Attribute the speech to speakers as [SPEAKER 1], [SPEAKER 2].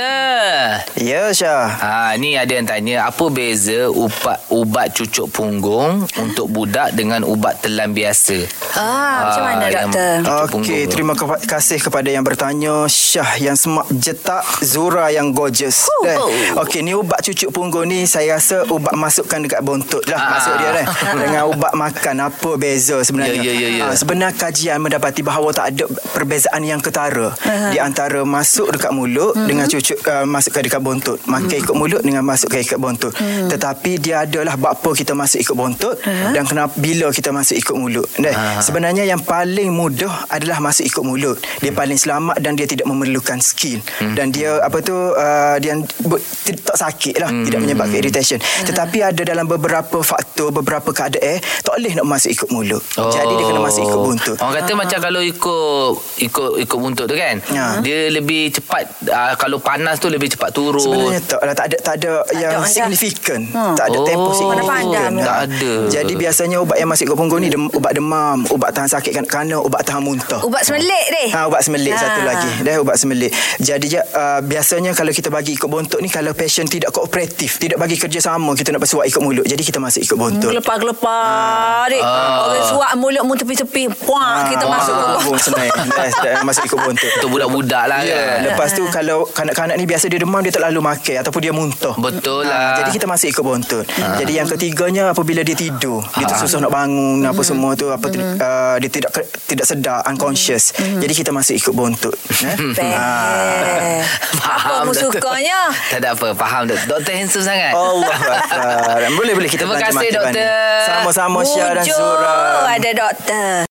[SPEAKER 1] Doktor.
[SPEAKER 2] Ya Syah.
[SPEAKER 1] Ha, ni ada yang tanya apa beza ubat ubat cucuk punggung untuk budak dengan ubat telan biasa? Ha,
[SPEAKER 3] Ah, macam mana,
[SPEAKER 1] yang
[SPEAKER 3] doktor?
[SPEAKER 1] cucuk
[SPEAKER 2] Okey,
[SPEAKER 1] punggung tu.
[SPEAKER 2] terima kepa- kasih kepada yang bertanya Syah yang semak jetak Zura yang gorgeous
[SPEAKER 1] Oh,
[SPEAKER 3] Huh,
[SPEAKER 2] kan?
[SPEAKER 3] huh.
[SPEAKER 2] Okey, ni ubat cucuk punggung ni Saya rasa ubat masukkan dekat buntut lah
[SPEAKER 1] Ah.
[SPEAKER 2] Maksud dia kan Dengan ubat makan Apa beza sebenarnya
[SPEAKER 1] Ya, ya, ya, ya.
[SPEAKER 2] Ah, Sebenar kajian mendapati bahawa Tak ada perbezaan yang ketara Di antara masuk dekat mulut Dengan cucuk uh, masukkan dekat buntut Makan ikut mulut dengan masukkan ikut buntut Tetapi dia adalah Bakpo kita masuk ikut buntut Dan kenapa bila kita masuk ikut mulut kan? Sebenarnya yang paling mudah Adalah masuk ikut mulut Dia paling selamat Dan dia tidak memerlukan skill Dan dia apa tu uh, Dia bu- tak sakit lah Tidak menyebabkan irritation Tetapi ada dalam beberapa faktor Beberapa keadaan Tak boleh nak masuk ikut mulut Jadi dia kena masuk ikut
[SPEAKER 1] Oh.
[SPEAKER 2] buntut
[SPEAKER 1] Orang kata macam kalau ikut ikut ikut buntut tu kan,
[SPEAKER 2] Ya.
[SPEAKER 1] dia lebih cepat uh, kalau panas tu lebih cepat turun.
[SPEAKER 2] Sebenarnya tak lah tak ada tak ada yang
[SPEAKER 3] ada. Hmm.
[SPEAKER 2] signifikan. Tak ada
[SPEAKER 1] Oh.
[SPEAKER 2] tempo signifikan.
[SPEAKER 3] Pandai-pandai.
[SPEAKER 1] Tak ada.
[SPEAKER 2] Jadi biasanya ubat yang masuk ke punggung ni dem, ubat demam, ubat tahan sakit kan kerana ubat tahan muntah.
[SPEAKER 3] Ubat semelik deh.
[SPEAKER 2] Ha, ubat semelit ha. satu
[SPEAKER 3] Ha.
[SPEAKER 2] lagi. Dah ubat semelit. Jadi je, uh, biasanya kalau kita bagi ikut bontot ni kalau pasien tidak kooperatif, tidak bagi kerjasama, kita nak bersuap ikut mulut. Jadi kita masuk ikut bontot.
[SPEAKER 3] Gelepar-gelepar dek. Orang suap mulut mu tepi-tepi. Puak kita
[SPEAKER 2] Ah,
[SPEAKER 3] masuk.
[SPEAKER 2] punggung senang. Dah, dah masuk ikut bontot.
[SPEAKER 1] Untuk budak-budak lah
[SPEAKER 2] Ya,
[SPEAKER 1] kan.
[SPEAKER 2] lepas tu kalau kanak-kanak ni biasa dia demam dia tak lalu makan ataupun dia muntah.
[SPEAKER 1] Betul
[SPEAKER 2] Ah,
[SPEAKER 1] lah. Ah.
[SPEAKER 2] Jadi kita masih ikut bontot. Jadi yang ketiganya apabila dia tidur, dia tersusah nak bangun apa semua tu apa tu, ah, dia tidak ke- tidak sedar unconscious. Jadi kita masih ikut bontot. Eh?
[SPEAKER 3] Beh. Apa mu
[SPEAKER 1] Doktor.
[SPEAKER 3] sukanya?
[SPEAKER 1] Tak ada apa, faham doktor. Doktor handsome sangat.
[SPEAKER 2] Allah Akbar. Boleh boleh kita
[SPEAKER 1] Terima
[SPEAKER 2] belanja
[SPEAKER 1] kasih,
[SPEAKER 2] makan
[SPEAKER 1] doktor.
[SPEAKER 2] ni. Sama-sama Syah dan
[SPEAKER 3] Mujur
[SPEAKER 2] Zura.
[SPEAKER 3] ada doktor.